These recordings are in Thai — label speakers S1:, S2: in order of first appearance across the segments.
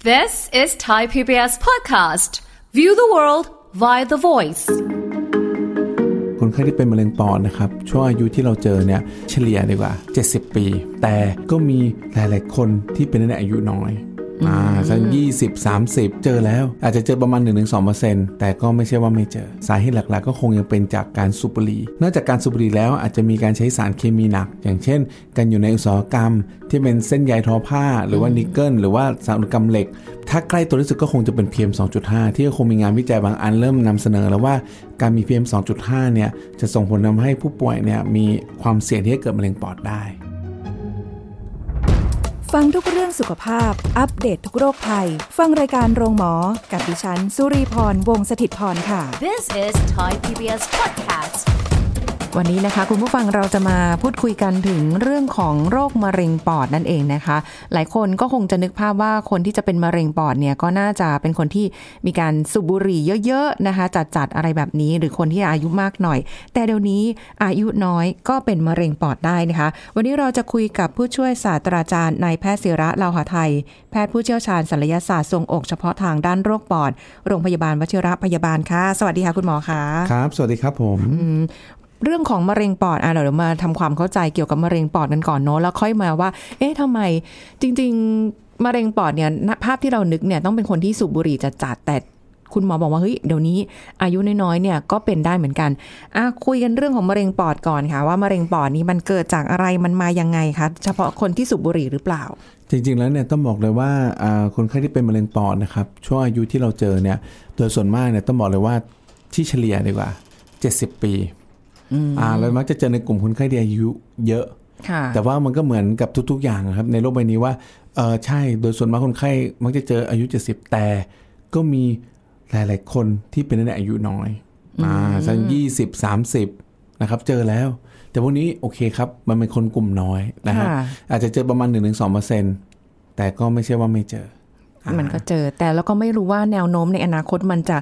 S1: This is Thai PBS podcast. View the world via the voice.
S2: คนไข้ที่เป็นมะเร็งปอดนะครับ ช่วงอายุที่เราเจอเนี่ยเฉลี่ยดีกว่า 70 ปี แต่ก็มีหลาย ๆ คนที่เป็นในอายุน้อยอ่าสักยี่สิบสามสิบเจอแล้ว อาจจะเจอประมาณ1นถึงสแต่ก็ไม่ใช่ว่าไม่เจอ สาเหตุหลัก ๆ ก็คงยังเป็นจากการสูบบุหรี่นอกจากการสูบบุหรี่แล้วอาจจะมีการใช้สารเคมีหนัก อย่างเช่น การอยู่ในอุตสาหกรรม ที่เป็นเส้นใยทอผ้า หรือว่านิกเกิลหรือว่าสารอุตสาหกรรมเหล็ก ถ้าใกล้ตัวที่สุดก็คงจะเป็น PM 2.5 ที่ก็คงมีงานวิจัยบางอันเริ่มนำเสนอแล้วว่าการมี PM 2.5 เนี่ยจะส่งผลทำให้ผู้ป่วยเนี่ยมีความเสี่ยงที่จะเกิดมะเร็งปอดได้
S3: ฟังทุกเรื่องสุขภาพ อัปเดตททุกโรคภัย ฟังรายการโรงหมอ กับดิฉัน สุรีพร วงศิตพรค่ะ
S1: This is Thai PBS podcast.
S4: วันนี้นะคะ คุณผู้ฟังเราจะมาพูดคุยกันถึงเรื่องของโรคมะเร็งปอดนั่นเองนะคะ หลายคนก็คงจะนึกภาพว่าคนที่จะเป็นมะเร็งปอดเนี่ยก็น่าจะเป็นคนที่มีการสูบบุหรี่เยอะๆนะคะ จัดๆอะไรแบบนี้หรือคนที่อายุมากหน่อย แต่เดี๋ยวนี้อายุน้อยก็เป็นมะเร็งปอดได้นะคะ วันนี้เราจะคุยกับผู้ช่วยศาสตราจารย์นายแพทย์ศิระเลาหะไทย แพทย์ผู้เชี่ยวชาญศัลยศาสตร์ทรวงอกเฉพาะทางด้านโรคปอด โรงพยาบาลวชิระพยาบาลค่ะ สวัสดีค่ะคุณหมอค่ะ
S2: ครับ สวัสดีครับผม
S4: เรื่องของมะเร็งปอดอ่ะเดี๋ยวมาทำความเข้าใจเกี่ยวกับมะเร็งปอดกันก่อนเนาะแล้วค่อยมาว่า เอ๊ะทำไมจริง ๆ มะเร็งปอดเนี่ยณภาพที่เรานึกเนี่ยต้องเป็นคนที่สูบบุหรี่จะจัดๆแต่คุณหมอบอกว่าเฮ้ยเดี๋ยวนี้อายุน้อยๆเนี่ยก็เป็นได้เหมือนกันอ่ะคุยกันเรื่องของมะเร็งปอดก่อนค่ะ ว่ามะเร็งปอดนี้มันเกิดจากอะไรมันมายังไงคะเฉพาะคนที่สูบบุหรี่หรือเปล่า
S2: จริงๆ แล้วเนี่ยต้องบอกเลยว่าอ่าคนไข้ที่เป็นมะเร็งปอดนะครับช่วงอายุที่เราเจอเนี่ยโดยส่วนมากเนี่ยต้องบอกเลยว่าที่เฉลี่ยดีกว่า 70 ปีอ่าเรามักจะเจอในกลุ่มคนไข้ที่อายุเยอะ
S4: ค่ะ
S2: แต่ว่ามันก็เหมือนกับทุกๆ อย่างนะครับในโลกใบนี้ว่าเออใช่โดยส่วนมากคนไข้มักจะเจออายุ 70 แต่ก็มีหลายๆ คนที่เป็นในอายุน้อยอ่าสักยี่สิบสามสิบนะครับเจอแล้ว แต่พวกนี้โอเคครับมันเป็นคนกลุ่มน้อยนะฮะ
S4: ค่ะ
S2: อาจจะเจอประมาณ 1-2%แต่ก็ไม่ใช่ว่าไม่เจอ
S4: มันก็เจอแต่แล้วก็ไม่รู้ว่าแนวโน้มในอนาคตมันจะ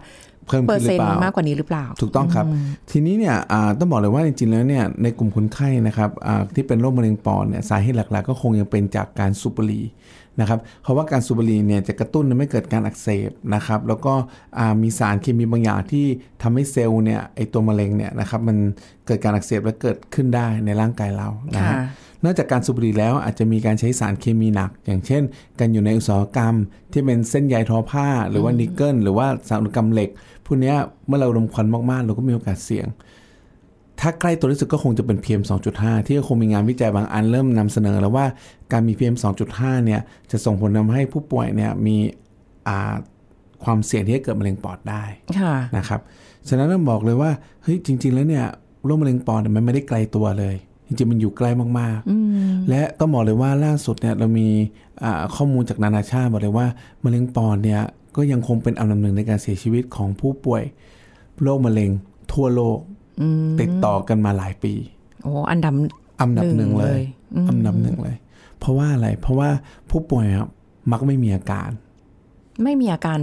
S2: เพิ่มขึ้นหรือเปล่า
S4: เปอร์เซ็นต์มากกว่านี้หรือเปล่า
S2: ถูกต้องครับ ทีนี้เนี่ยอ่าต้องบอกเลยว่าจริงๆแล้วเนี่ยในกลุ่มคนไข้นะครับอ่าที่เป็นโรคมะเร็งปอดเนี่ยสาเหตุหลักๆ ก็คงยังเป็นจากการสูบบุหรี่นะครับเพราะว่าการสูบบุหรี่เนี่ยจะกระตุ้นให้ไม่เกิดการอักเสบนะครับแล้วก็อ่ามีสารเคมีบางอย่างที่ทำให้เซลล์เนี่ยไอตัวมะเร็งเนี่ยนะครับมันเกิดการอักเสบและเกิดขึ้นได้ในร่างกายเรานะฮะ
S4: ค่ะ
S2: นอกจากการสูบบุหรี่แล้วอาจจะมีการใช้สารเคมีหนัก อย่างเช่น การอยู่ในอุตสาหกรรม ที่เป็นเส้นใยทอผ้า หรือว่านิกเกิลหรือว่าสารอุตสาหกรรมเหล็กพวกเนี้ยเมื่อเรารมควันมากๆ เราก็มีโอกาสเสี่ยง ถ้าใกล้ตัวที่สุดก็คงจะเป็น PM 2.5 ที่ก็คงมีงานวิจัยบางอันเริ่มนำเสนอแล้วว่าการมี PM 2.5 เนี่ยจะส่งผลทำให้ผู้ป่วยเนี่ยมีอ่าความเสี่ยงที่จะเกิดมะเร็งปอดได้
S4: ค่ะ
S2: นะครับฉะนั้นต้องบอกเลยว่าเฮ้ยจริง ๆ แล้วเนี่ยโรคมะเร็งปอดเนี่ยมันไม่ได้ไกลตัวเลย จริงๆมันอยู่ใกล้มากๆ และต้องบอกเลยว่าล่าสุดเนี่ยเรามีอ่าข้อมูลจากนานาชาติบอกเลยว่ามะเร็งปอดเนี่ยก็ยังคงเป็นอันดับหนึ่งในการเสียชีวิตของผู้ป่วยโรคมะเร็งทั่วโลกติดต่อกันมาหลายปี
S4: โอ้อันดับ
S2: อันดับหนึ่ง
S4: หนึ่ง
S2: เล
S4: เลย ย
S2: อันดับหนึ่งเลย เพราะว่าอะไรเพราะว่าผู้ป่วยครับมักไม่มีอาการ
S4: ไม่มีอาการ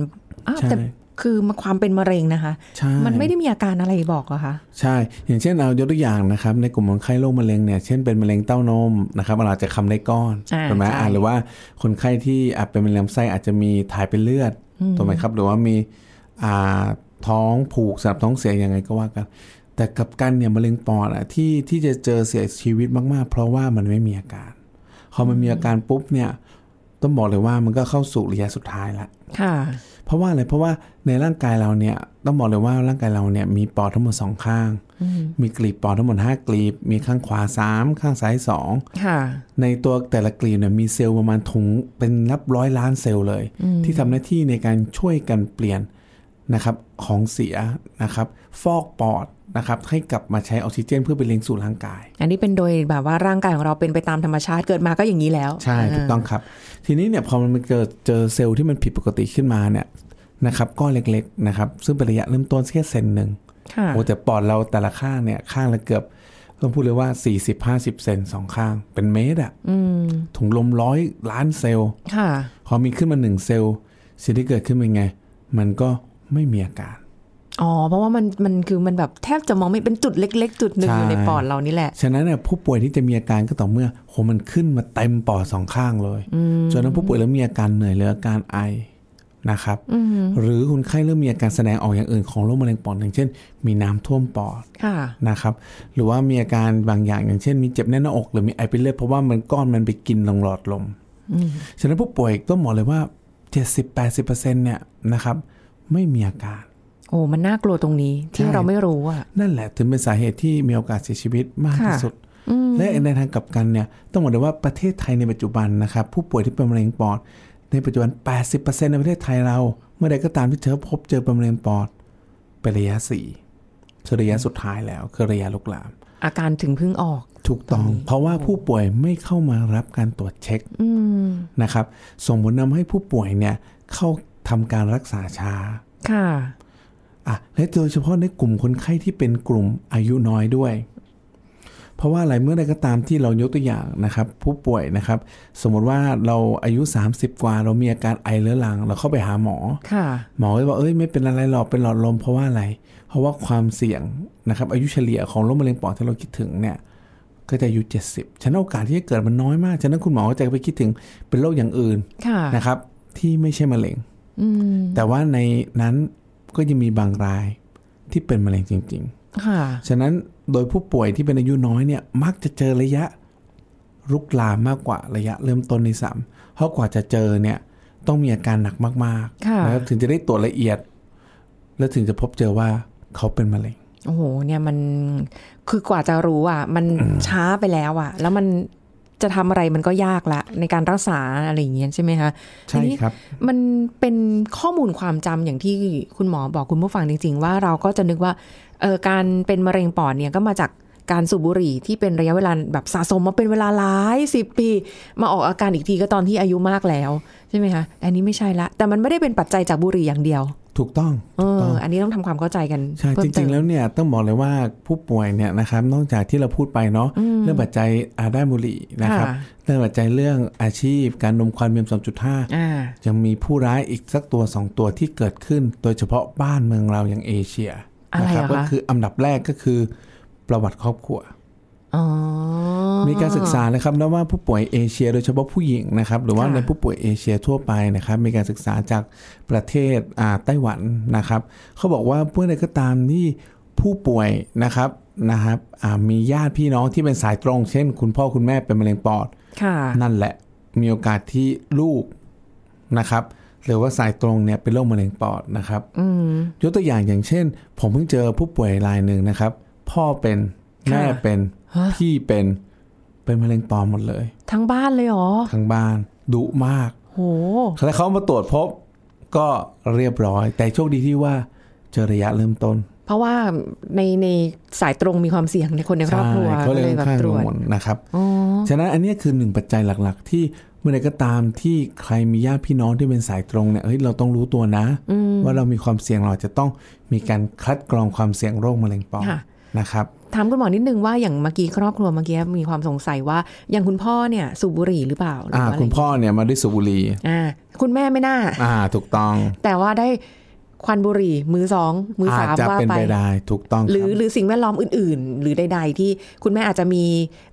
S4: อ้าว
S2: ใช่
S4: แต่คือความเป็นมะเร็งนะคะ
S2: ใช่
S4: มันไม่ได้มีอาการอะไรบอกเหรอคะ
S2: ใช่ อย่างเช่นเอายกตัวอย่างนะครับในกลุ่มคนไข้โรคมะเร็งเนี่ยเช่นเป็นมะเร็งเต้านมนะครับอาจจะคำได้ก้อน
S4: อ่า
S2: ถูกไหม
S4: ใช่
S2: อ่าหรือว่าคนไข้ที่อาจเป็นมะเร็งลำไส้อาจจะมีถ่ายเป็นเลือดถูกไหมครับ หรือว่ามีอ่าท้องผูกสำหรับท้องเสียยังไงก็ว่ากัน แต่กลับกันเนี่ยมะเร็งปอดอะที่ที่จะเจอเสียชีวิตมากๆ เพราะว่ามันไม่มีอาการพอมันมีอาการปุ๊บเนี่ยต้องบอกเลยว่ามันก็เข้าสู่ระยะสุดท้ายละ
S4: ค่ะ
S2: เพราะว่าอะไรเพราะว่าในร่างกายเราเนี่ยต้องบอกเลยว่าร่างกายเราเนี่ยมีปอดทั้งหมดสองข้าง มีกลีบปอดทั้งหมดห้ากลีบ มีข้างขวาสามข้างซ้ายสอง
S4: ค่ะ
S2: ในตัวแต่ละกลีบเนี่ยมีเซลล์ประมาณถุงเป็นนับร้อยล้านเซลล์เลย ที่ทำหน้าที่ในการช่วยกันเปลี่ยนนะครับของเสียนะครับฟอกปอดนะครับให้กลับมาใช้ออกซิเจน เพื่อไปเลี้ยงสู่ร่างกาย
S4: อันนี้เป็นโดยแบบว่าร่างกายของเราเป็นไปตามธรรมชาติเกิดมาก็อย่างนี้แล้ว
S2: ใช่ถูกต้องครับ ทีนี้เนี่ยพอมันเจอเจอเซลล์ที่มันผิดปกติขึ้นมาเนี่ยนะครับก้อนเล็กๆนะครับซึ่งเป็นระยะเริ่มต้นแค่เซนหนึ่ง
S4: ค่ะ
S2: โอ้แต่ปอดเราแต่ละข้างเนี่ยข้างละเกือบต้องพูดเลยว่า 40 50 เซนสองข้าง เป็นเมตรอะถุงลมร้อยล้านเซลล์
S4: ค่ะ
S2: พอมีขึ้นมาหนึ่งเซลล์สิ่งที่เกิดขึ้นเป็นไง มันก็ไม่มีอาการ
S4: อ๋อเพราะว่ามันมันคือมันแบบแทบจะมองไม่เป็นจุดเล็ก ๆ จุดหนึ่ง
S2: ใช่
S4: อยู่ในปอดเรานี่แหละ
S2: ฉะนั้นเนี่ยผู้ป่วยที่จะมีอาการก็ต่อเมื่อโหมันขึ้นมาเต็มปอดสองข้างเลยจนนั้นผู้ป่วยเริ่มมีอาการเหนื่อยหรืออาการไอนะครับหรือคนไข้เริ่มมีอาการแสดงออกอย่างอื่นของโรคมะเร็งปอดอย่างเช่น มีน้ำท่วมปอด
S4: ค่ะ
S2: นะครับ หรือว่ามีอาการบางอย่างอย่างเช่น มีเจ็บแน่นหน้าอกหรือมีไอเป็นเลือดเพราะว่ามันก้อนมันไปกินลงหลอดลมฉะนั้นผู้ป่วยก็หมอกเลยว่า 70-80%เนี่ยนะครับไม่มีอาการ
S4: โอ้มันน่ากลัวตรงนี้ที่
S2: ใช่
S4: เราไม่รู้อ่ะ
S2: นั่นแหละถึงเป็นสาเหตุที่มีโอกาสเสียชีวิตมาก
S4: ค่ะ
S2: ที่สุด และในทางกลับกันเนี่ยต้องบอกเลยว่าประเทศไทยในปัจจุบันนะครับ ผู้ป่วยที่เป็นมะเร็งปอด ในปัจจุบัน 80%ในประเทศไทยเรา เมื่อใดก็ตามที่เจอพบเจอเป็นมะเร็งปอด เป็นระยะ4คือระยะสุดท้ายแล้วคือระยะลุกลาม
S4: อาการถึงเพิ่งออก
S2: ถูกต้อง เพราะว่าผู้ป่วยไม่เข้ามารับการตรวจเช็คนะครับ ส่งผลนำให้ผู้ป่วยเนี่ยเข้าทำการรักษาช้า
S4: ค่ะ
S2: อ่ะและโดยเฉพาะในกลุ่มคนไข้ที่เป็นกลุ่มอายุน้อยด้วย เพราะว่าอะไรเมื่อใดก็ตามที่เรายกตัวอย่างนะครับ ผู้ป่วยนะครับ สมมติว่าเราอายุ 30 กว่า เรามีอาการไอเรื้อรัง เราเข้าไปหาหมอ
S4: ค่ะ
S2: หมอก็จะบอกเอ้ยไม่เป็นอะไรหรอกเป็นหลอดลมเพราะว่าอะไร เพราะว่าความเสี่ยงนะครับอายุเฉลี่ยของโรคมะเร็งปอดที่เราคิดถึงเนี่ยก็จะอายุ 70ฉะนั้นโอกาสที่จะเกิดมันน้อยมากฉะนั้นคุณหมอก็จะไปคิดถึงเป็นโรคอย่างอื่น
S4: ค่ะ
S2: นะครับที่ไม่ใช่มะเร็งแต่ว่าในนั้นก็ยังมีบางรายที่เป็นมะเร็งจริง
S4: ค่ะ
S2: ๆ ฉะนั้นโดยผู้ป่วยที่เป็นอายุน้อยเนี่ยมักจะเจอระยะรุกลามมากกว่าระยะเริ่มต้นในสามเพราะกว่าจะเจอเนี่ยต้องมีอาการหนักมาก
S4: ค่ะ
S2: ๆนะครับถึงจะได้ตรวจละเอียด แล้วถึงจะพบเจอว่าเขาเป็นมะเร็ง
S4: โอ้โห เนี่ยมันคือกว่าจะรู้อ่ะ มันช้าไปแล้วอ่ะ แล้วมันจะทำอะไรมันก็ยากละในการรักษาอะไรอย่างเงี้ยใช่ไหมคะ
S2: ใช่
S4: ทีนี้
S2: ครับ
S4: มันเป็นข้อมูลความจำอย่างที่คุณหมอบอกคุณผู้ฟังจริง ๆ ว่าเราก็จะนึกว่าเออการเป็นมะเร็งปอดเนี่ยก็มาจากการสูบบุหรี่ที่เป็นระยะเวลาแบบสะสมมาเป็นเวลาหลายสิบปี มาออกอาการอีกทีก็ตอนที่อายุมากแล้วใช่ไหมคะอันนี้ไม่ใช่ละ แต่มันไม่ได้เป็นปัจจัยจากบุหรี่อย่างเดียว
S2: ถูกต้อง
S4: เอ
S2: ถูกต้
S4: อ
S2: อง
S4: อันนี้ต้องทำความเข้าใจกัน
S2: ใช่
S4: เพิ่
S2: จ
S4: มเติ
S2: ริง
S4: ม
S2: ๆแล้วเนี่ยต้องบอกเลยว่าผู้ป่วยเนี่ยนะครับนอกจากที่เราพูดไปเนาะเรื่องปัจจัยอาด้านบุหรี่นะครับ
S4: ค่ะ
S2: เรื่องปัจจัยเรื่องอาชีพ การนมควันเมียม2.5
S4: อ่า
S2: ยังมีผู้ร้ายอีกสักตัว 2 ตัวที่เกิดขึ้น โดยเฉพาะบ้านเมืองเราอย่างเอเชีย
S4: อะไร
S2: นะ
S4: อะ
S2: ครั
S4: คะ
S2: ก็คืออันดับแรกก็คือประวัติครอบครัว
S4: อ๋อ
S2: มีการศึกษานะครับนะว่าผู้ป่วยเอเชีย โดยเฉพาะผู้หญิงนะครับ หรือว่า
S4: ค่ะ
S2: ในผู้ป่วยเอเชียทั่วไปนะครับ มีการศึกษาจากประเทศอ่าไต้หวันนะครับ เขาบอกว่าเมื่อใดก็ตามที่ผู้ป่วยนะครับนะครับอ่ามีญาติพี่น้องที่เป็นสายตรง เช่น คุณพ่อคุณแม่เป็นมะเร็งปอด
S4: ค่ะ
S2: นั่นแหละมีโอกาสที่ลูกนะครับ หรือว่าสายตรงเนี่ยเป็นโรคมะเร็งปอดนะครับยกตัวอย่างอย่างเช่น ผมเพิ่งเจอผู้ป่วยรายหนึ่งนะครับ พ่อเป็น
S4: ค่ะ
S2: แม่เป็น
S4: ฮะ
S2: พี่เป็นเป็นมะเร็งปอดหมดเลย
S4: ทั้งบ้านเลยเหรอ
S2: ทั้งบ้านดุมาก
S4: โห
S2: แล้วเขามาตรวจพบก็เรียบร้อย แต่โชคดีที่ว่าเจอระยะเริ่มต้น
S4: เพราะว่าในในสายตรงมีความเสี่ยงในคนในครอบครัว
S2: ใช่เขาเลยค่อน
S4: แบบ
S2: ข้าง
S4: ตร
S2: กั
S4: ว
S2: ง
S4: จ
S2: วลนะครับ
S4: อ๋อ
S2: ฉะนั้นอันเนี้ยคือหนึ่งปัจจัยหลักๆ ที่เมื่อใดก็ตามที่ใครมีญาติพี่น้องที่เป็นสายตรงเนี่ยเฮ้ยเราต้องรู้ตัวนะ ว่าเรามีความเสี่ยงเราจะต้องมีการคัดกรองความเสี่ยงโรคมะเร็งปอด
S4: ค่ะ
S2: นะครับ
S4: ถามคุณหมอนิดนึงว่าอย่างเมื่อกี้ครอบครัวเมื่อกี้มีความสงสัยว่าอย่างคุณพ่อเนี่ยสูบบุหรี่หรือเปล่าหรื
S2: อ่า
S4: ว่าะไร
S2: คุณพ่อเนี่ยมาด้วยสูบบุหรี่
S4: อ่า คุณแม่ไม่น่า
S2: อ่าถูกต้อง
S4: แต่ว่าได้ควันบุหรี่มือสองมืออ
S2: อาจ
S4: สาม
S2: จะ
S4: ว่า
S2: เป็น
S4: ไป
S2: ไปได้ถูกต้อง
S4: หรื
S2: ค
S4: อ
S2: รับ
S4: หรือสิ่งแวดล้อมอื่น ๆ หรือใด ๆ ที่คุณแม่อาจจะมี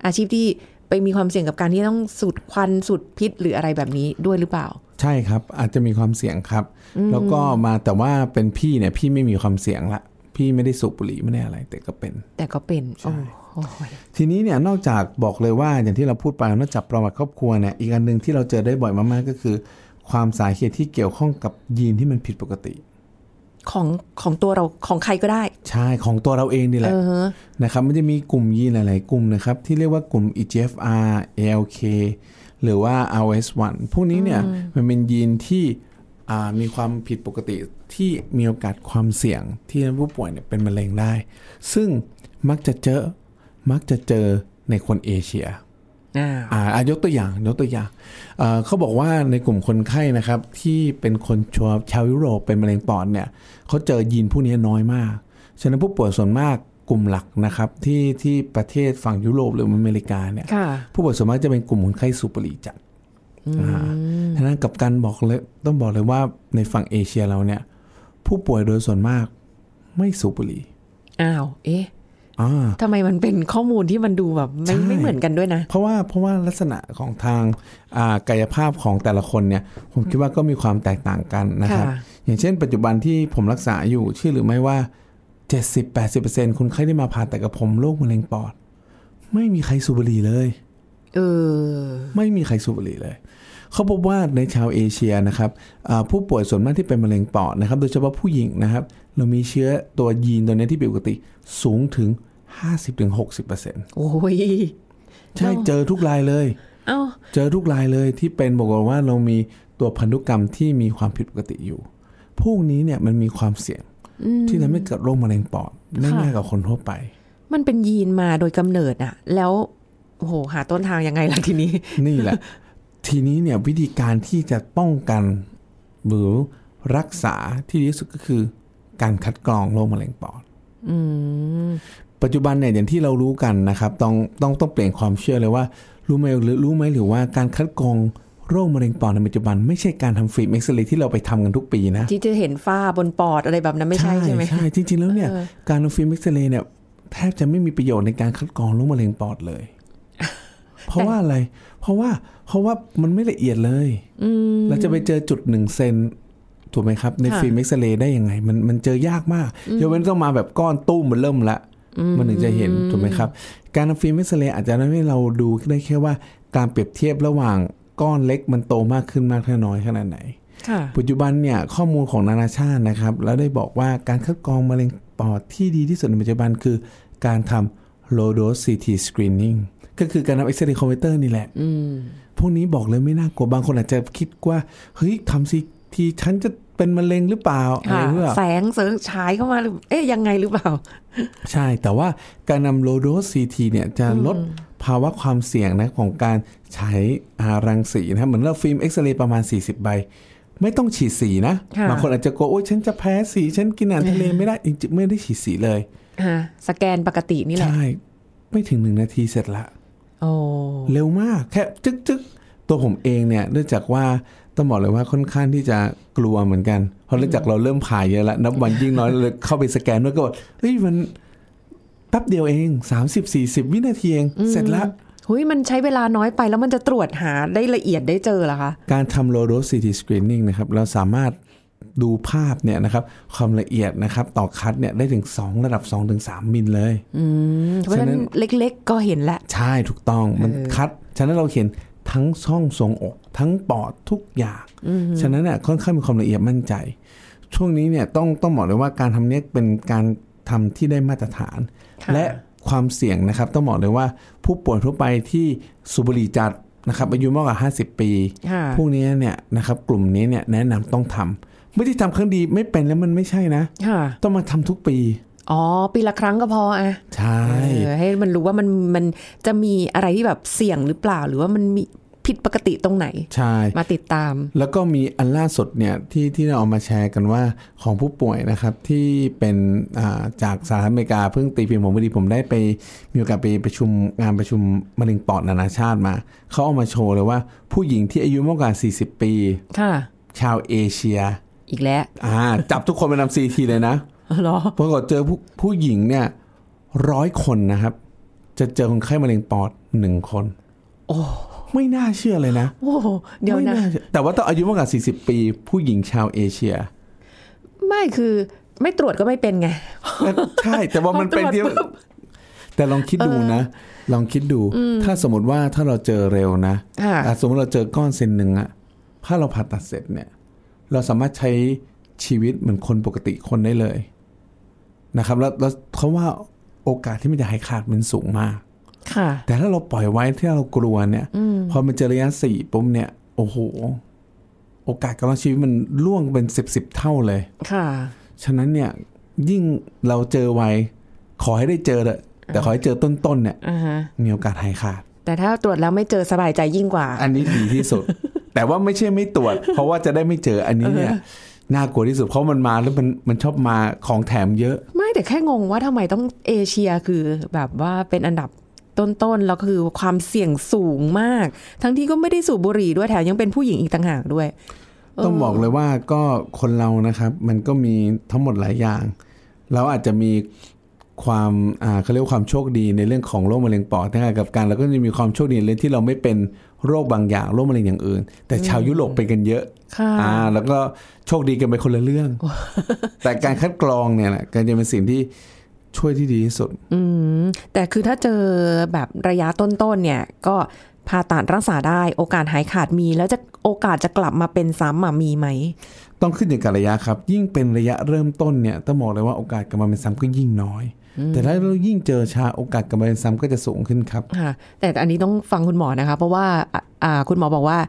S4: อาชีพที่ไปมีความเสี่ยงกับการที่ต้องสูดควันสูดพิษหรืออะไรแบบนี้ด้วยหรือเปล่า
S2: ใช่ครับ อาจจะมีความเสี่ยงครับ แล้วก็มาแต่ว่าเป็นพี่เนี่ยพี่ไม่มีความเสี่ยงละพี่ไม่ได้สูบบุหรี่ไม่ได้อะไรแต่ก็เป็น
S4: แต่ก็เป็นโอ้โห
S2: ทีนี้เนี่ยนอกจากบอกเลยว่าอย่างที่เราพูดไปนอกจากประวัติครอบครัวเนี่ยอีกอันหนึ่งที่เราเจอได้บ่อยมากๆก็คือ ความสาเหตุที่เกี่ยวข้องกับยีนที่มันผิดปกติ
S4: ของของตัวเราของใครก็ได้
S2: ใช่ของตัวเราเองนี่แห
S4: เอ
S2: ละ
S4: อฮะ
S2: นะครับมันจะมีกลุ่มยีนหลาย ๆ กลุ่มนะครับ ที่เรียกว่ากลุ่ม EGFR ALK หรือว่า RS1 พวกนี้เนี่ยมันเป็นยีนที่อ่ามีความผิดปกติที่มีโอกาสความเสี่ยงที่ผู้ป่วยเนี่ยเป็นมะเร็งได้ ซึ่งมักจะเจอมักจะเจอในคนเอเชีย
S4: อ่า
S2: อ่าอ่ะยกตัวอย่างยกตัวอย่างเอ่อเขาบอกว่าในกลุ่มคนไข้นะครับ ที่เป็นคนชาวชาวยุโรปเป็นมะเร็งปอดเนี่ยเขาเจอยีนพวกนี้น้อยมาก ฉะนั้นผู้ป่วยส่วนมากกลุ่มหลักนะครับ ที่ที่ประเทศฝั่งยุโรปหรืออเมริกาเนี่ย
S4: ค่ะ
S2: ผู้ป่วยส่วนมากจะเป็นกลุ่มคนไข้สูบบุหรี่จัดอ่าฉะนั้นกับการบอกเลยต้องบอกเลยว่าในฝั่งเอเชียเราเนี่ย ผู้ป่วยโดยส่วนมาก ไม่สูบบุหรี่
S4: อ้าว เอ๊ะ
S2: อ่า
S4: ทำไมมันเป็นข้อมูลที่มันดูแบบไม่
S2: ใช่
S4: ไม่เหมือนกันด้วยนะ
S2: เพราะว่าเพราะว่าลักษณะของทางอ่ากายภาพของแต่ละคนเนี่ยผมคิดว่าก็มีความแตกต่างกันนะครับ
S4: ค่ะ
S2: อย่างเช่นปัจจุบันที่ผมรักษาอยู่เชื่อหรือไม่ว่า 70-80%คนไข้ที่มาผ่าตัดกับผมโรคมะเร็งปอด ไม่มีใครสูบบุหรี่เลย
S4: เออ
S2: ไม่มีใครสูบบุหรี่เลย เขาพบว่าในชาวเอเชียนะครับอ่าผู้ป่วยส่วนมากที่เป็นมะเร็งปอดนะครับ โดยเฉพาะผู้หญิงนะครับ เรามีเชื้อตัวยีนตัวเนี้ยที่ผิดปกติสูงถึง 50-60%
S4: โอ้ย
S2: ใช่เจอทุกรายเลย
S4: เอ้า
S2: เจอทุกรายเลยที่เป็นบอกฏว่าเรามีตัวพันธุกรรมที่มีความผิดปกติอยู่ พวกนี้เนี่ยมันมีความเสี่ยงที่ทำให้เกิดโรคมะเร็งปอดได้ง่ายกว่าคนทั่วไป
S4: มันเป็นยีนมาโดยกำเนิดอะแล้วโอ้โหหาต้นทางยังไงล่ะที นี้
S2: นี่แหละ ทีนี้เนี่ยวิธีการที่จะป้องกันหรือรักษาที่ดีที่สุดก็คือ การคัดกรองโรคมะเร็งปอดปัจจุบันเนี่ยอย่างที่เรารู้กันนะครับ ต้องต้องต้องเปลี่ยนความเชื่อเลยว่า รู้ไหมหรือรู้ไหมหรือว่าการคัดกรองโรคมะเร็งปอดในปัจจุบัน ไม่ใช่การทำฟิล์มเอ็กซเรย์ที่เราไปทำกันทุกปีนะ
S4: ที่จะเห็นฝ้าบนปอดอะไรแบบนั้นไม่ใช่ใช่ไหม
S2: ใช่จริง ๆ แล้วเนี่ย การทำฟิล์มเอ็กซเรย์เนี่ยแทบจะไม่มีประโยชน์ในการคัดกรองโรคมะเร็งปอดเลย เพราะว่าอะไร เพราะว่า เพราะว่ามันไม่ละเอียดเลยเราจะไปเจอจุดหนึ่งเซนถูกไหมครับ ใน
S4: ค่ะ
S2: ฟิล์มเอ็กซเรย์ได้ยังไง มันมันเจอยากมากยกเว้นก็มาแบบก้อนตู้มมันเริ่มละ มันถึงจะเห็นถูกไหมครับ การทำฟิล์มเอ็กซเรย์อาจจะทำให้เราดูได้แค่ว่า การเปรียบเทียบระหว่างก้อนเล็กมันโตมากขึ้นมากแค่น้อยขนาดไหน
S4: ค่ะ
S2: ปัจจุบันเนี่ยข้อมูลของนานาชาตินะครับ แล้วได้บอกว่าการคัดกรองมะเร็งปอดที่ดีที่สุดในปัจจุบันคือการทำ low dose CT screening ก็คือการทำเอ็กซเรย์คอมพิวเตอร์นี่แหละพวกนี้บอกเลยไม่น่ากลัวบางคนอาจจะคิดว่า เฮ้ยทำซีทีฉันจะเป็นมะเร็งหรือเปล่าอะไร
S4: ค่ะ
S2: เพื่อ
S4: แสงเสริงฉายเข้ามาหรือเอ๊ยยังไงหรือเปล่า
S2: ใช่ แต่ว่าการนำ low dose CT เนี่ยจะลดภาวะความเสี่ยงนะของการใช้อ่ารังสีนะครับเหมือนเราฟิล์มเอ็กซเรย์ประมาณ 40 ใบ ไม่ต้องฉีดสีนะ
S4: ค่ะ
S2: บางคนอาจจะกลัวโอ้ยฉันจะแพ้สี ฉันกินอาหารทะเลไม่ได้จริงๆไม่ได้ฉีดสีเลย
S4: ฮะสแกนปกตินี่แหละ
S2: ใช่ ไม่ถึงหนึ่งนาทีเสร็จละ
S4: โอ้
S2: เร็วมากแค่จึ๊กจึ๊กตัวผมเองเนี่ยเนื่องจากว่าต้องบอกเลยว่าค่อนข้างที่จะกลัวเหมือนกัน เพราะเนื่องจากเราเริ่มผ่าเยอะแล้วนับวันยิ่งน้อยเลยเข้าไปสแกนด้วยก็บอกเฮ้ยมันแป๊บเดียวเอง 30 40 วินาทีเอง เสร็จละ
S4: หุยมันใช้เวลาน้อยไปแล้วมันจะตรวจหาได้ละเอียดได้เจอเหรอคะ
S2: การทำโลโดซีทีสกรีนนิ่งนะครับ เราสามารถดูภาพเนี่ยนะครับ ความละเอียดนะครับ ต่อคัดเนี่ยได้ถึง 2 ระดับ 2-3 มิลเลย
S4: เพราะฉะนั้นเล็กๆก็เห็นแล้ว
S2: ใช่ถูกต้องมันคัด ฉะนั้นเราเห็นทั้งช่องทรวงอก ทั้งปอดทุกอย่าง ฉะนั้นเนี่ยค่อนข้างมีความละเอียดมั่นใจ ช่วงนี้เนี่ยต้องต้องบอกเลยว่าการทำเนี้ยเป็นการทำที่ได้มาตรฐาน
S4: ค่ะ
S2: และความเสี่ยงนะครับ ต้องบอกเลยว่าผู้ป่วยทั่วไปที่สูบบุหรี่จัดนะครับอายุมากกว่า 50 ปี
S4: ค่ะ
S2: พวกนี้เนี่ยนะครับกลุ่มนี้เนี่ยแนะนำต้องทำไม่ได้ทำครั้งดีไม่เป็นแล้วมันไม่ใช่นะ
S4: ค่ะ
S2: ต้องมาทำทุกปี
S4: อ๋อ ปีละครั้งก็พออะ
S2: ใช่
S4: เออให้มันรู้ว่ามันมันจะมีอะไรที่แบบเสี่ยงหรือเปล่า หรือว่ามันมีผิดปกติตรงไหน
S2: ใช่
S4: มาติดตาม
S2: แล้วก็มีอันล่าสุดเนี่ยที่ที่เราเอามาแชร์กันว่าของผู้ป่วยนะครับที่เป็นอ่าจากสหรัฐอเมริกาเพิ่งตีพิมพ์ผมพอดีผมได้ไปมีโอกาสไปประชุมงานประชุมมะเร็งปอดนานาชาติมา เขาเอามาโชว์เลยว่าผู้หญิงที่อายุมากกว่า 40 ปี
S4: ค่ะ
S2: ชาวเอเชีย
S4: อีกแล้ว
S2: อ่าจับทุกคนไปนำซีทีเลยนะ
S4: เหรอ
S2: ปรากฏเจอผู้ผู้หญิงเนี่ยร้อยคนนะครับ จะเจอคนไข้มะเร็งปอดหนึ่งคน โอ้ไม่น่าเชื่อเลยนะ
S4: โอ้โหเดี๋ยวนะ
S2: ไม่าเชื่อแต่ว่าต้องอายุมากกว่า40 ปี ผู้หญิงชาวเอเชีย
S4: ไม่คือไม่ตรวจก็ไม่เป็นไง
S2: ใช่ แต่ว่ามันเป็นที่
S4: พอตรวจปุ๊บ
S2: แต่ลองคิดดูนะ ลองคิดดู ถ้าสมมติว่าถ้าเราเจอเร็วนะ
S4: ค่ะ
S2: อ่ะสมมติเราเจอก้อนเซนหนึ่งอะถ้าเราผ่าตัดเสร็จเนี่ย เราสามารถใช้ชีวิตเหมือนคนปกติคนได้เลยนะครับ แล้วแล้วเขาว่าโอกาสที่มันจะหายขาดมันสูงมาก
S4: ค่ะ
S2: แต่ถ้าเราปล่อยไว้ที่เรากลัวเนี่ยพอมันเจอระยะสี่ปุ๊บเนี่ย โอ้โห โอกาสการรอดชีวิตมันล่วงเป็นสิบสิบเท่าเลย
S4: ค่ะ
S2: ฉะนั้นเนี่ยยิ่งเราเจอไวขอให้ได้เจอเถอะแต่ขอให้เจอต้นๆเนี่ย
S4: อ่าฮะ
S2: มีโอกาสหายขาด
S4: แต่ถ้าตรวจแล้วไม่เจอสบายใจยิ่งกว่า
S2: อันนี้ดีที่สุด แต่ว่าไม่ใช่ไม่ตรวจ เพราะว่าจะได้ไม่เจออันนี้เนี่ยน่ากลัวที่สุดเพราะมันมาแล้วมันมันชอบมาของแถมเยอะ
S4: ไม่แต่แค่งงว่าทำไมต้องเอเชียคือแบบว่าเป็นอันดับต้นๆ แล้วคือความเสี่ยงสูงมาก ทั้งที่ก็ไม่ได้สูบบุหรี่ด้วยแถมยังเป็นผู้หญิงอีกต่างหากด้วย
S2: ต้องบอกเลยว่าก็คนเรานะครับ มันก็มีทั้งหมดหลายอย่าง เราอาจจะมีความอ่าเขาเรียกว่าความโชคดีในเรื่องของโรคมะเร็งปอดนะครับกับการเราก็จะมีความโชคดีในเรื่องที่เราไม่เป็นโรคบางอย่างโรคมะเร็งอย่างอื่น แต่ชาวยุโรปเป็นกันเยอะ
S4: ค่ะ
S2: อ่าแล้วก็โชคดีกันไปคนละเรื่อง แต่การคัดกรองเนี่ยแหละการจะเป็นสิ่งที่ช่วยที่ดีที่สุด
S4: อืมแต่คือถ้าเจอแบบระยะต้นๆเนี่ย ก็ผ่าตัดรักษาได้ โอกาสหายขาดมี แล้วจะโอกาสจะกลับมาเป็นซ้ำอะมีไหม
S2: ต้องขึ้นอยู่กับระยะครับ ยิ่งเป็นระยะเริ่มต้นเนี่ยต้องบอกเลยว่าโอกาสกลับมาเป็นซ้ำก็ยิ่งน้อย แต่ถ้าเรายิ่งเจอชาโอกาสกลับมาเป็นซ้ำก็จะสูงขึ้นครับ
S4: ค่ะแต่อันนี้ต้องฟังคุณหมอนะคะ เพราะว่าอ่ะอ่าคุณหมอบอกว่า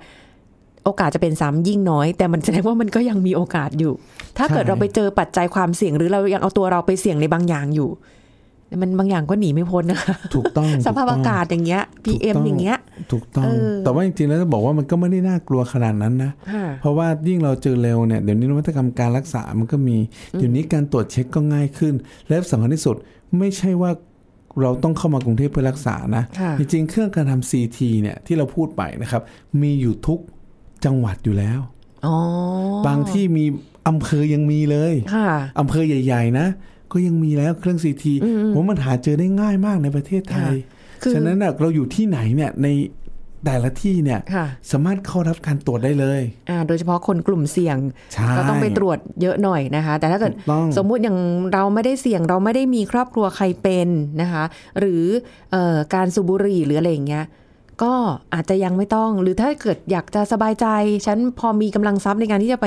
S4: โอกาสจะเป็นซ้ำยิ่งน้อย แต่มันแสดงว่ามันก็ยังมีโอกาสอยู่ ถ้าเกิด
S2: ใช่
S4: เราไปเจอปัจจัยความเสี่ยงหรือเรายังเอาตัวเราไปเสี่ยงในบางอย่างอยู่ มันบางอย่างก็หนีไม่พ้นนะคะ
S2: ถูกต้อง
S4: สภาพอากาศอย่างเงี้ย PM
S2: ถูกต้อง
S4: อย่างเงี้ย
S2: ถูกต้อง
S4: เออ
S2: แต่ว่าจริงๆแล้วจะบอกว่ามันก็ไม่ได้น่ากลัวขนาดนั้นนะ
S4: ค่ะ
S2: เพราะว่ายิ่งเราเจอเร็วเนี่ยเดี๋ยวนี้นวัตกรรมการรักษามันก็มีเดี๋ยวนี้การตรวจเช็คก็ง่ายขึ้น และสำคัญที่สุดไม่ใช่ว่าเราต้องเข้ามากรุงเทพเพื่อรักษานะ
S4: ค่ะ
S2: จริงๆ เครื่องการทำ CT เนี่ยที่เราพูดไปนะครับ มีอยู่ทุกจังหวัดอยู่แล้ว
S4: อ๋อบ
S2: างที่มีอำเภอยังมีเลย
S4: ค่ะ
S2: อำเภอใหญ่ ๆ นะ ก็ยังมีแล้วเครื่อง CT ผมมันหาเจอได้ง่ายมากในประเทศไทย
S4: ค่ะคือ
S2: ฉะนั้นน่ะเราอยู่ที่ไหนเนี่ยในแต่ละที่เนี่ย
S4: ค่ะ
S2: สามารถเข้ารับการตรวจได้เลย
S4: อ่าโดยเฉพาะคนกลุ่มเสี่ยง
S2: ใช่
S4: ก็ต้องไปตรวจเยอะหน่อยนะคะ แต่ถ้าเกิด
S2: ถูกต้อง
S4: สมมุติอย่างเราไม่ได้เสี่ยงเราไม่ได้มีครอบครัวใครเป็นนะคะ หรือเออการสูบบุหรี่หรืออะไรอย่างเงี้ยก็อาจจะยังไม่ต้อง หรือถ้าเกิดอยากจะสบายใจ ฉันพอมีกำลังทรัพย์ในการที่จะไป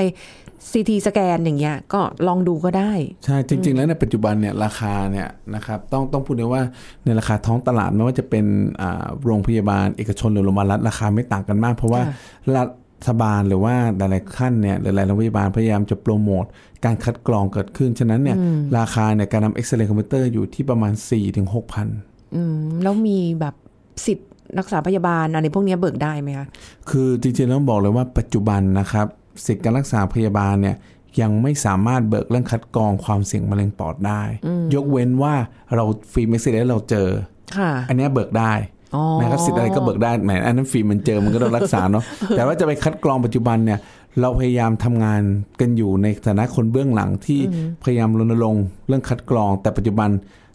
S4: ซีทีสแกนอย่างเงี้ยก็ลองดูก็ได้
S2: ใช่ จริง ๆ แล้วในปัจจุบันเนี่ยราคาเนี่ยนะครับต้องต้องพูดเลยว่าในราคาท้องตลาดไม่ว่าจะเป็นอ่าโรงพยาบาลเอกชนหรือโรงพยาบาลรัฐราคาไม่ต่างกันมาก เพราะว่า
S4: ค่ะ
S2: รัฐบาลหรือว่าหลายๆขั้นเนี่ยหรือหลายโรงพยาบาลพยายามจะโปรโมทการคัดกรองเกิดขึ้น ฉะนั้นเนี่ยราคาเนี่ยการนำเอ็กซเรย์คอมพิวเตอร์อยู่ที่ประมาณ 4-6พัน
S4: อืมแล้วมีแบบสิทธิ์รักษาพยาบาลอะไรพวกเนี้ยเบิกได้ไหมคะ
S2: คือจริงๆแล้วบอกเลยว่าปัจจุบันนะครับสิทธิการรักษาพยาบาลเนี่ยยังไม่สามารถเบิกเรื่องคัดกรองความเสี่ยงมะเร็งปอดได้ ยกเว้นว่าเราฟิล์มเอ็กซเรย์เราเจอ
S4: ค่ะ
S2: อันเนี้ยเบิกได้
S4: อ๋อ
S2: นะครับสิทธิ์อะไรก็เบิกได้แหมอันนั้นฟิล์มมันเจอมันก็ต้องรักษา เนาะ แต่ว่าจะไปคัดกรองปัจจุบันเนี่ยเราพยายามทำงานกันอยู่ในฐานะคนเบื้องหลังที่พยายามรณรงค์เรื่องคัดกรอง แต่ปัจจุบัน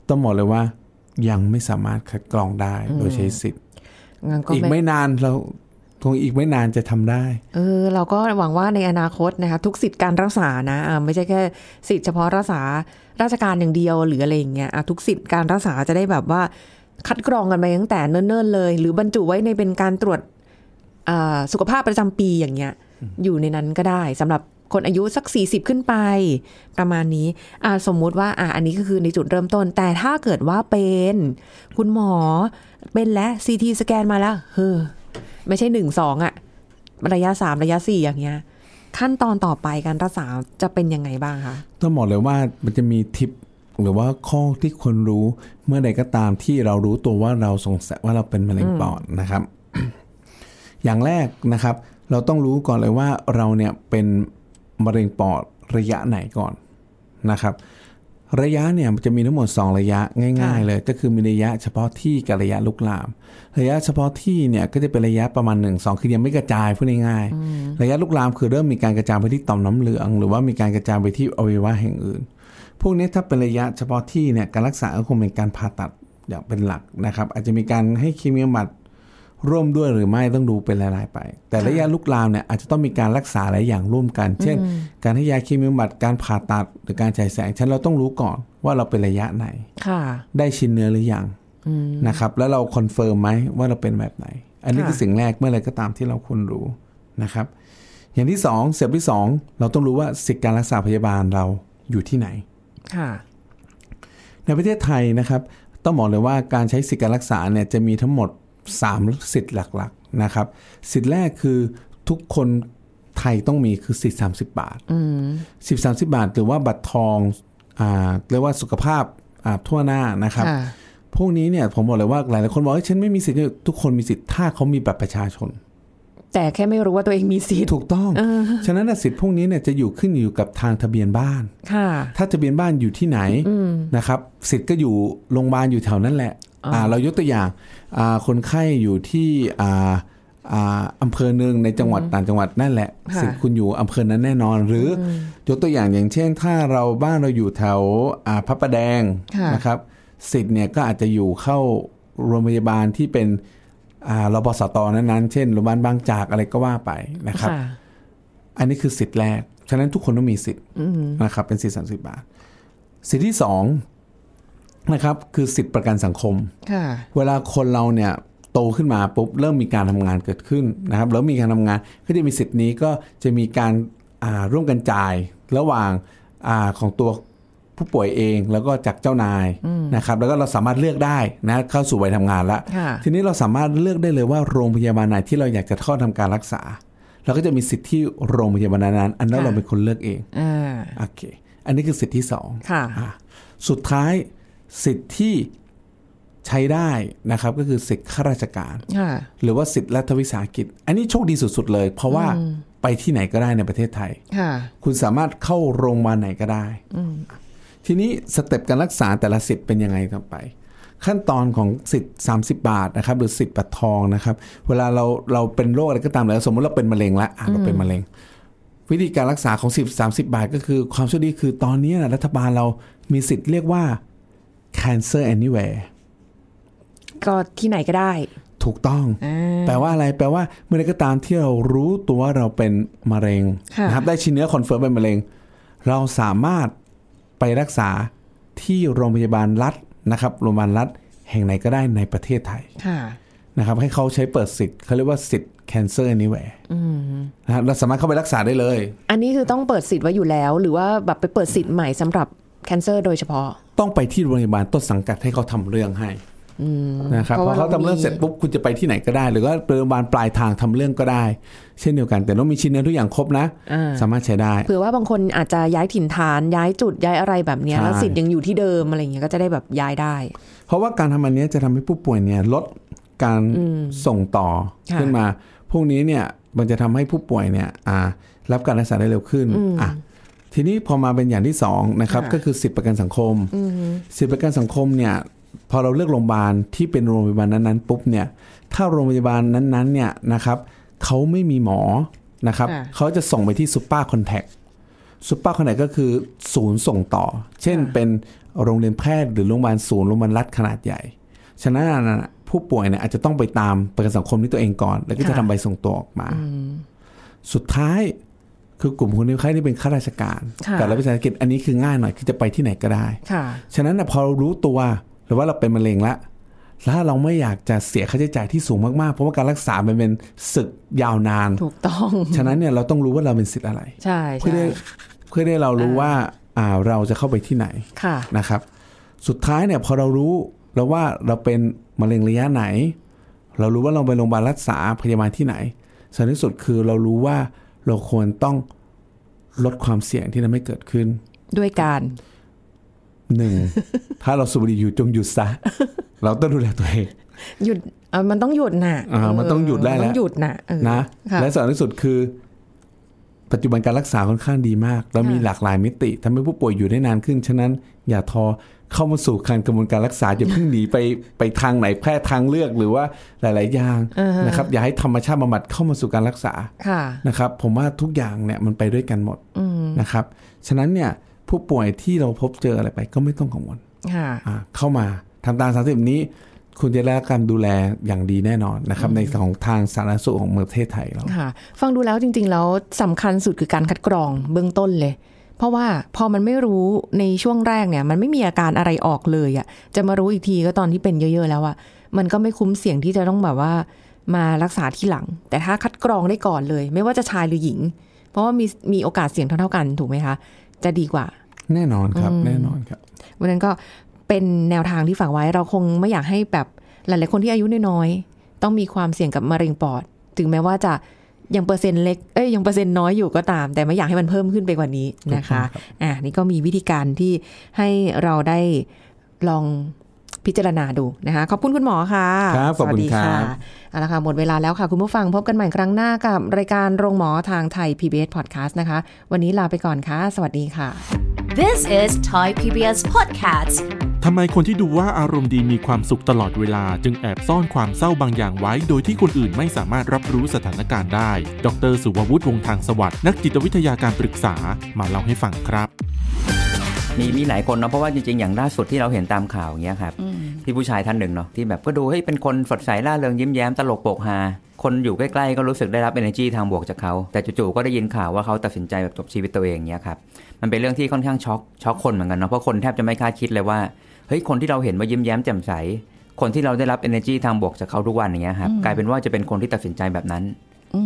S2: ต้องบอกเลยว่ายังไม่สามารถคัดกรองได้โดยใช้สิทธิ์
S4: งั้นก็
S2: อีก
S4: ไม่
S2: ไม่นานเราคงอีกไม่นานจะทำได้
S4: เออเราก็หวังว่าในอนาคตนะคะทุกสิทธิ์การรักษานะอ่าไม่ใช่แค่สิทธิ์เฉพาะรักษาราชการอย่างเดียวหรืออะไรอย่างเงี้ยอ่ะทุกสิทธิ์การรักษาจะได้แบบว่า คัดกรองกันไปตั้งแต่เนิ่นๆเลย หรือบรรจุไว้ในเป็นการตรวจอ่าสุขภาพประจำปีอย่างเงี้ย อยู่ในนั้นก็ได้สำหรับคนอายุสัก 40 ขึ้นไป ประมาณนี้อ่าสมมุติว่าอ่าอันนี้ก็คือในจุดเริ่มต้น แต่ถ้าเกิดว่าเป็น คุณหมอเป็นและซีทีสแกนมาแล้วเฮ้อไม่ใช่หนึ่งสองอะ ระยะสามระยะสี่อย่างเงี้ย ขั้นตอนต่อไปการรักษาจะเป็นยังไงบ้างคะ
S2: ต้องบอกเลยว่ามันจะมีทิปหรือว่าข้อที่ควรรู้เมื่อใดก็ตามที่เรารู้ตัวว่าเราสงสัยว่าเราเป็นมะเร็งปอดนะครับ อย่างแรกนะครับ เราต้องรู้ก่อนเลยว่าเราเนี่ยเป็นมะเร็งปอดระยะไหนก่อนนะครับ ระยะเนี่ยมันจะมีทั้งหมด 2 ระยะง่าย ๆ เลย ก็คือมีระยะเฉพาะที่กับระยะลุกลาม ระยะเฉพาะที่เนี่ยก็จะเป็นระยะประมาณ 1 2 คือยังไม่กระจายพูดง่ายๆระยะลุกลามคือเริ่มมีการกระจายไปที่ต่อมน้ำเหลือง หรือว่ามีการกระจายไปที่อวัยวะแห่งอื่น พวกนี้ถ้าเป็นระยะเฉพาะที่เนี่ยการรักษาก็คงเป็นการผ่าตัดอย่างเป็นหลักนะครับ อาจจะมีการให้เคมีบำบัด ร่วมด้วยหรือไม่ต้องดูเป็นรายๆไป แต่ระยะลุกลามเนี่ยอาจจะต้องมีการรักษาหลายอย่างร่วมกัน เช่น การให้ยาเคมีบำบัดการผ่าตัดหรือการฉายแสงฉะนันเราต้องรู้ก่อนว่าเราเป็นระยะไหน
S4: ค่ะ
S2: ได้ชิ้นเนื้อหรือยังนะครับ แล้วเราคอนเฟิร์มไหมว่าเราเป็นแบบไหน อันนี้
S4: ค่ะ
S2: คือสิ่งแรกเมื่อไรก็ตามที่เราควรรู้นะครับ อย่างที่สองเสเต็ปที่สองเราต้องรู้ว่าสิทธิการรักษาพยาบาลเราอยู่ที่ไหน
S4: ค่ะ
S2: ในประเทศไทยนะครับ ต้องบอกเลยว่าการใช้สิทธิการรักษาเนี่ยจะมีทั้งหมด 3 สิทธิ์หลักๆนะครับสิทธิ์แรกคือทุกคนไทยต้องมีคือสิทธิ์30 บาทสิบสามสิบบาทหรือว่าบัตรทองอ่าเรียกว่าสุขภาพอ่าทั่วหน้านะครับ
S4: ค่ะ
S2: พวกนี้เนี่ยผมบอกเลยว่าหลายๆคนบอกว่าฉันไม่มีสิทธิ์ทุกคนมีสิทธิ์ถ้าเขามีบัตรประชาชน
S4: แต่แค่ไม่รู้ว่าตัวเองมีสิทธิ์
S2: ถูกต้อง ฉะนั้นน่ะสิทธิ์พวกนี้เนี่ยจะอยู่ขึ้นอยู่กับทางทะเบียนบ้าน
S4: ค่ะ
S2: ถ้าทะเบียนบ้านอยู่ที่ไหนนะครับสิทธิ์ก็อยู่โรงพยาบาลอยู่แถวนั้นแหละอ่าเรายกตัวอย่างอ่าคนไข้อยู่ที่อ่า อ่าอำเภอหนึ่งในจังหวัดต่างจังหวัดนั่นแหละ
S4: ค่ะ
S2: สิทธิ์คุณอยู่อำเภอนั้นแน่นอน หรือยกตัวอย่างอย่างเช่น ถ้าเราบ้านเราอยู่แถวอ่าพระประแดงนะครับ สิทธิ์เนี่ยก็อาจจะอยู่เข้าโรงพยาบาลที่เป็นอ่ารบสตนั้นๆเช่นโรงพยาบาลบางจากอะไรก็ว่าไปนะครับ
S4: ค่ะ
S2: อันนี้คือสิทธิ์แรก ฉะนั้นทุกคนต้องมีสิทธิ์นะครับ เป็นสิทธิ์สามสิบาท สิทธิที่สองนะครับ คือสิทธิประกันสังคม
S4: ค่ะ
S2: เวลาคนเราเนี่ยโตขึ้นมาปุ๊บเริ่มมีการทำงานเกิดขึ้นนะครับ แล้วมีการทำงานก็จะมีสิทธิ์นี้ก็จะมีการอ่าร่วมกันจ่ายระหว่างอาของตัวผู้ป่วยเองแล้วก็จากเจ้านายนะครับ แล้วก็เราสามารถเลือกได้นะเข้าสู่วัยทำงานแล้ว
S4: ค่ะ
S2: ทีนี้เราสามารถเลือกได้เลยว่าโรงพยาบาลไหนที่เราอยากจะเข้าทำการรักษา เราก็จะมีสิทธิ์ที่โรงพยาบาลนั้นๆอันนั้นเราเป็นคนเลือกเอง
S4: อ่า
S2: โอเค อันนี้คือสิทธิที่สอง
S4: ค่ะ
S2: อ่ะสุดท้ายสิทธิ์ที่ใช้ได้นะครับก็คือสิทธิ์ข้าราชการ
S4: ค่ะ
S2: หรือว่าสิทธิ์รัฐวิสาหกิจ อันนี้โชคดีสุด ๆ เลย เพราะว่าไปที่ไหนก็ได้ในประเทศไทย
S4: ค่ะ
S2: คุณสามารถเข้าโรงพยาบาลไหนก็ได้ ทีนี้สเต็ปการรักษาแต่ละสิทธิ์เป็นยังไงต่อไป ขั้นตอนของสิทธิ์ 30 บาทนะครับ หรือสิทธิ์บัตรทองนะครับ เวลาเราเราเป็นโรคอะไรก็ตามแล้ว สมมติเราเป็นมะเร็งละอ่ะเราเป็นมะเร็ง วิธีการรักษาของ 10 30 บาท ก็คือความโชคดีคือตอนนี้นะรัฐบาลเรามีสิทธิ์เรียกว่า cancer anywhere
S4: ก็ที่ไหนก็ได้
S2: ถูกต้อง แปลว่าอะไร แปลว่าเมื่อไรก็ตามที่เรารู้ตัวว่าเราเป็นมะเร็ง
S4: ค่ะ
S2: นะครับได้ชิ้นเนื้อคอนเฟิร์มเป็นมะเร็ง เราสามารถไปรักษาที่โรงพยาบาลรัฐนะครับโรงพยาบาลรัฐแห่งไหนก็ได้ในประเทศไทย
S4: ค่ะ
S2: นะครับ ให้เขาใช้เปิดสิทธิ์เขาเรียกว่าสิทธิ์ cancer anywhere นะครับเราสามารถเข้าไปรักษาได้เลย
S4: อันนี้คือต้องเปิดสิทธิ์ไว้อยู่แล้ว หรือว่าแบบไปเปิดสิทธิ์ใหม่สำหรับแคนเซอร์โดยเฉพาะ
S2: ต้องไปที่โรงพยาบาลต้นสังกัดให้เขาทำเรื่องให้นะครับ
S4: เพ
S2: พ
S4: ราะ
S2: อ
S4: ว่า
S2: เขาทำเรื่อง
S4: เรามี
S2: เสร็จปุ๊บคุณจะไปที่ไหนก็ได้ หรือว่าโรงพยาบาลปลายทางทำเรื่องก็ได้ เช่นเดียวกัน แต่ต้องมีชิ้นเนื้อทุกอย่างครบนะ สามารถใช้ได้
S4: เผื่อว่าบางคนอาจจะย้ายถิ่นฐานย้ายจุดย้ายอะไรแบบเนี้ย
S2: ใช่
S4: แล้วสิทธิ์ยังอยู่ที่เดิมอะไรอย่างเงี้ยก็จะได้แบบย้ายได้
S2: เพราะว่าการทำอันเนี้ยจะทำให้ผู้ป่วยเนี่ยลดการส่งต่อ
S4: ค่ะ
S2: ขึ้นมา พวกนี้เนี่ยมันจะทำให้ผู้ป่วยเนี่ยอ่า รับการรักษาได้เร็วขึ้นอ่ะทีนี้พอมาเป็นอย่างที่สองนะครับ ก็คือสิทธิประกันสังคมสิทธิประกันสังคมเนี่ยพอเราเลือกโรงพยาบาลที่เป็นโรงพยาบาลนั้นๆปุ๊บเนี่ยถ้าโรงพยาบาลนั้นๆเนี่ยนะครับเขาไม่มีหมอนะครับ
S4: ค่ะ
S2: เขาจะส่งไปที่ซูเปอร์คอนแทค ซุปเปอร์คอนเนคก็คือศูนย์ส่งต่อ เช่นเป็นโรงเรียนแพทย์หรือโรงพยาบาลศูนย์โรงพยาบาลรัฐขนาดใหญ่ ฉะนั้นน่ะผู้ป่วยเนี่ยอาจจะต้องไปตามประกันสังคมที่ตัวเองก่อน แล้วก็จะ
S4: ค่ะ
S2: ทำใบส่งตัวออกมา สุดท้ายคือกลุ่มคนที่ใครที่เป็นข้าราชการ
S4: ค่ะ
S2: แต่รัฐวิสาหกิจอันนี้คือง่ายหน่อยคือจะไปที่ไหนก็ได้
S4: ค่ะ
S2: ฉะนั้นนะพอเรารู้ตัวหรือว่าเราเป็นมะเร็งละแล้วถ้าเราไม่อยากจะเสียค่าใช้จ่ายที่สูงมากๆเพราะว่าการรักษามันเป็นศึกยาวนาน
S4: ถูกต้อง
S2: ฉะนั้นเนี่ยเราต้องรู้ว่าเราเป็นสิทธิ์อะไร
S4: ใช่
S2: เพื่อ
S4: ใช่
S2: ได้เพื่อได้เรารู้ว่าอ่าเราจะเข้าไปที่ไหน
S4: ค่ะ
S2: นะครับ สุดท้ายเนี่ยพอเรารู้แล้วว่าเราเป็นมะเร็งระยะไหน เรารู้ว่าเราไปโรงพยาบาลรักษาพยาบาลที่ไหนสำคัญที่สุดคือเรารู้ว่าเราควรต้องลดความเสี่ยงที่จะไม่เกิดขึ้น
S4: ด้วยการ
S2: ห นึ่ง ถ้าเราสูบบุหรี่อยู่จงหยุดซะ เราต้องดูแลตัวเอง
S4: หยุดเอ่อมันต้องหยุดน่ะ
S2: อ่ามันต้องหยุดได้
S4: มัน
S2: แล้ว
S4: ต้องหยุดน่ะเออ
S2: นะ
S4: ค่
S2: และสำคัญที่สุดคือ ปัจจุบันการรักษาค่อนข้างดีมาก แล้วมีหลากหลายมิติทำให้ผู้ป่วยอยู่ได้นานขึ้น ฉะนั้นอย่าท้อเข้ามาสู่การกระบวนการรักษา อย่าเพิ่งหนีไปไปทางไหนแพทย์ทางเลือกหรือว่าหลาย ๆ อย่างนะครับอย่าให้ธรรมชาติบำบัดเข้ามาสู่การรักษา
S4: ค่ะ
S2: นะครับ ผมว่าทุกอย่างเนี่ยมันไปด้วยกันหมดนะครับ ฉะนั้นเนี่ยผู้ป่วยที่เราพบเจออะไรไปก็ไม่ต้องกังวล
S4: ค่ะ
S2: อ่าเข้ามาทำตามสามสิบนี้ คุณจะได้รับการดูแลอย่างดีแน่นอนนะครับ ในของทางสาธารณสุขของประเทศไทยเรา
S4: ค่ะ ฟังดูแล้วจริง ๆ แล้วสำคัญสุดคือการคัดกรองเบื้องต้นเลย เพราะว่าพอมันไม่รู้ในช่วงแรกเนี่ย มันไม่มีอาการอะไรออกเลยอะ่ะจะมารู้อีกทีก็ตอนที่เป็นเยอะ ๆ แล้วอะ่ะมันก็ไม่คุ้มเสี่ยงที่จะต้องแบบว่ามารักษาที่หลัง แต่ถ้าคัดกรองได้ก่อนเลย ไม่ว่าจะชายหรือหญิง เพราะว่ามีมีโอกาสเสี่ยงเท่า ๆ กันถูกไหมคะ จะดีกว่า
S2: แน่นอนครับ แน่นอนครับ
S4: วันนั้นก็เป็นแนวทางที่ฝากไว้เราคงไม่อยากให้แบบหลาย ๆ คนที่อายุน้อยๆต้องมีความเสี่ยงกับมะเร็งปอด ถึงแม้ว่าจะยังเปอร์เซ็นต์เล็กเอ้ยยังเปอร์เซ็นต์น้อยอยู่ก็ตาม แต่ไม่อยากให้มันเพิ่มขึ้นไปกว่านี้นะคะอ่ะนี่ก็มีวิธีการที่ให้เราได้ลองพิจารณาดูนะคะขอบคุณคุณหมอค่ะ
S2: ครับขอบคุณ
S4: สวัสดี
S2: ครับ
S4: เอาละค่ะหมดเวลาแล้วค่ะ คุณผู้ฟังพบกันใหม่ครั้งหน้ากับรายการโรงหมอทางไทย PBS Podcast นะคะ วันนี้ลาไปก่อนค่ะ สวัสดีค่ะ
S1: This is Thai PBS Podcasts.
S5: ทำไมคนที่ดูว่าอารมณ์ดีมีความสุขตลอดเวลา จึงแอบซ่อนความเศร้าบางอย่างไว้ โดยที่คนอื่นไม่สามารถรับรู้สถานการณ์ได้ ดรสุวัวุฒิวงศ์ทางสวัสด์นักจิตวิทยาการปรึกษามาเล่าให้ฟังครับ
S6: มีมีหลายคนเนาะเพราะว่าจริงๆ อย่างล่าสุดที่เราเห็นตามข่าวอย่างเงี้ยครับที่ผู้ชายท่านหนึ่งเนาะที่แบบก็ดูเฮ้ยเป็นคนสดใสร่าเริงยิ้มแย้มตลกโปกฮาคนอยู่ใกล้ๆ ก็รู้สึกได้รับ energy ทางบวกจากเขาแต่จู่ๆก็ได้ยินข่าวว่าเขาตัดสินใจแบบจบชีวิตตัวเองเงี้ยครับมันเป็นเรื่องที่ค่อนข้างช็อกช็อกคนเหมือนกันเนาะเพราะคนแทบจะไม่คาดคิดเลยว่าเฮ้ยคนที่เราเห็นว่ายิ้มแย้มแจ่มใส คนที่เราได้รับ energy ทางบวกจากเขาทุกวันอย่างเงี้ยครับกลายเป็นว่าจะเป็นคนที่ตัดสินใจแบบนั้น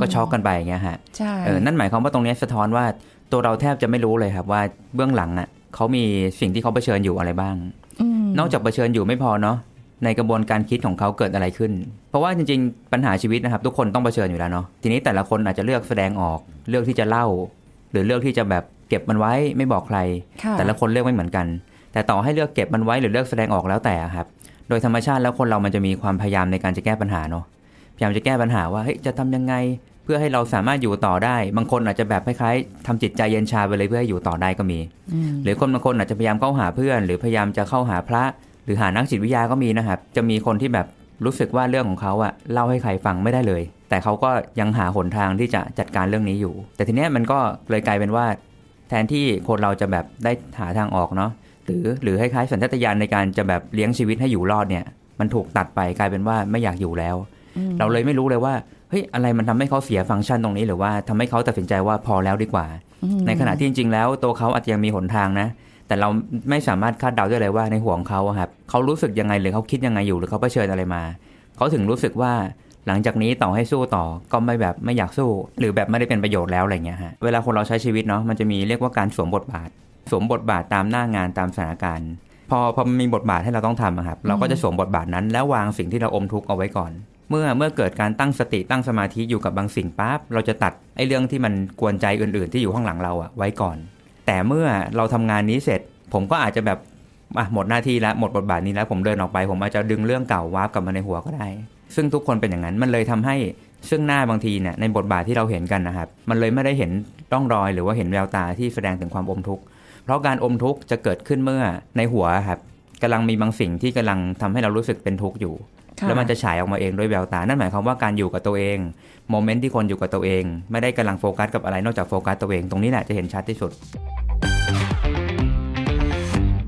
S6: ก็ช็อกกันไปอย่างเงี้ยฮะ
S4: ใช่
S6: เออนั่นหมายความว่าตรงเนี้ยสะท้อนว่าตัวเราแทบจะไม่รู้เลยครับว่าเบื้องหลังอ่ะเขามีสิ่งที่เขาเผชิญอยู่อะไรบ้าง นอกจากเผชิญอยู่ไม่พอเนาะในกระบวนการคิดของเขาเกิดอะไรขึ้น เพราะว่าจริงๆ ปัญหาชีวิตนะครับ ทุกคนต้องเผชิญอยู่แล้วเนาะทีนี้แต่ละคนอาจจะเลือกแสดงออกเลือกที่จะเล่า หรือเลือกที่จะแบบเก็บมันไว้ไม่บอกใคร
S4: ค่ะ
S6: แต่ละคนเลือกไม่เหมือนกัน แต่ต่อให้เลือกเก็บมันไว้หรือเลือกแสดงออกแล้วแต่อะครับ โดยธรรมชาติแล้วคนเรามันจะมีความพยายามในการจะแก้ปัญหาเนาะ พยายามจะแก้ปัญหาว่าเฮ้ยจะทำยังไง เพื่อให้เราสามารถอยู่ต่อได้ บางคนอาจจะแบบคล้ายๆทำจิตใจเย็นชาไปเลยเพื่อให้อยู่ต่อได้ก็มี หรือคนบางคนอาจจะพยายามเข้าหาเพื่อน หรือพยายามจะเข้าหาพระ หรือหานักจิตวิทยาก็มีนะครับ จะมีคนที่แบบรู้สึกว่าเรื่องของเขาอะเล่าให้ใครฟังไม่ได้เลย แต่เขาก็ยังหาหนทางที่จะจัดการเรื่องนี้อยู่ แต่ทีเนี้ยมันก็เลยกลายเป็นว่า แทนที่คนเราจะแบบได้หาทางออกเนาะหรือหรือคล้ายๆสัญชาตญาณในการจะแบบเลี้ยงชีวิตให้อยู่รอดเนี่ย มันถูกตัดไปกลายเป็นว่าไม่อยากอยู่แล้ว เราเลยไม่รู้เลยว่าเฮ้ยอะไรมันทำให้เขาเสียฟังก์ชันตรงนี้หรือว่าทำให้เขาตัดสินใจว่าพอแล้วดีกว่า ในขณะที่จริงๆแล้วตัวเขาอาจจะยังมีหนทางนะ แต่เราไม่สามารถคาดเดาได้เลยว่าในหัวของเขาอะครับเขารู้สึกยังไงหรือเขาคิดยังไงอยู่หรือเขาเผชิญอะไรมา เขาถึงรู้สึกว่าหลังจากนี้ต่อให้สู้ต่อก็ไม่แบบไม่อยากสู้ หรือแบบไม่ได้เป็นประโยชน์แล้วอะไรเงี้ยฮะเวลาคนเราใช้ชีวิตเนาะมันจะมีเรียกว่าการสวมบทบาท สวมบทบาทตามหน้างานตามสถานการณ์ พอพอมันมีบทบาทให้เราต้องทำอะครับเราก็จะสวมบทบาทนั้น แล้ววางสิ่งที่เราอมทุกข์เอาไว้ก่อน เมื่อเมื่อเกิดการตั้งสติตั้งสมาธิอยู่กับบางสิ่งปั๊บเราจะตัดไอ้เรื่องที่มันกวนใจอื่น ๆ ที่อยู่ข้างหลังเราอะไว้ก่อน แต่เมื่อเราทำงานนี้เสร็จ ผมก็อาจจะแบบอ่ะหมดหน้าที่แล้วหมดบทบาทนี้แล้วผมเดินออกไป ผมอาจจะดึงเรื่องเก่าวาร์ปกลับมาในหัวก็ได้ ซึ่งทุกคนเป็นอย่างนั้นมันเลยทำให้ซึ่งหน้าบางทีเนี่ยในบทบาทที่เราเห็นกันนะครับมันเลยไม่ได้เห็นร่องรอยหรือว่าเห็นแววตาที่แสดงถึงความอมทุกข์เพราะการอมทุกข์จะเกิดขึ้นเมื่อในหัวครับกำลังมีบางสิ่งที่กำลังทำให้เรารู้สึกเป็นทุกข์อยู่
S4: ค่ะ
S6: แล้วมันจะฉายออกมาเองด้วยแววตา นั่นหมายความว่าการอยู่กับตัวเองโมเมนต์ที่คนอยู่กับตัวเอง ไม่ได้กำลังโฟกัสกับอะไรนอกจากโฟกัสตัวเองตรงนี้แหละจะเห็นชัดที่สุด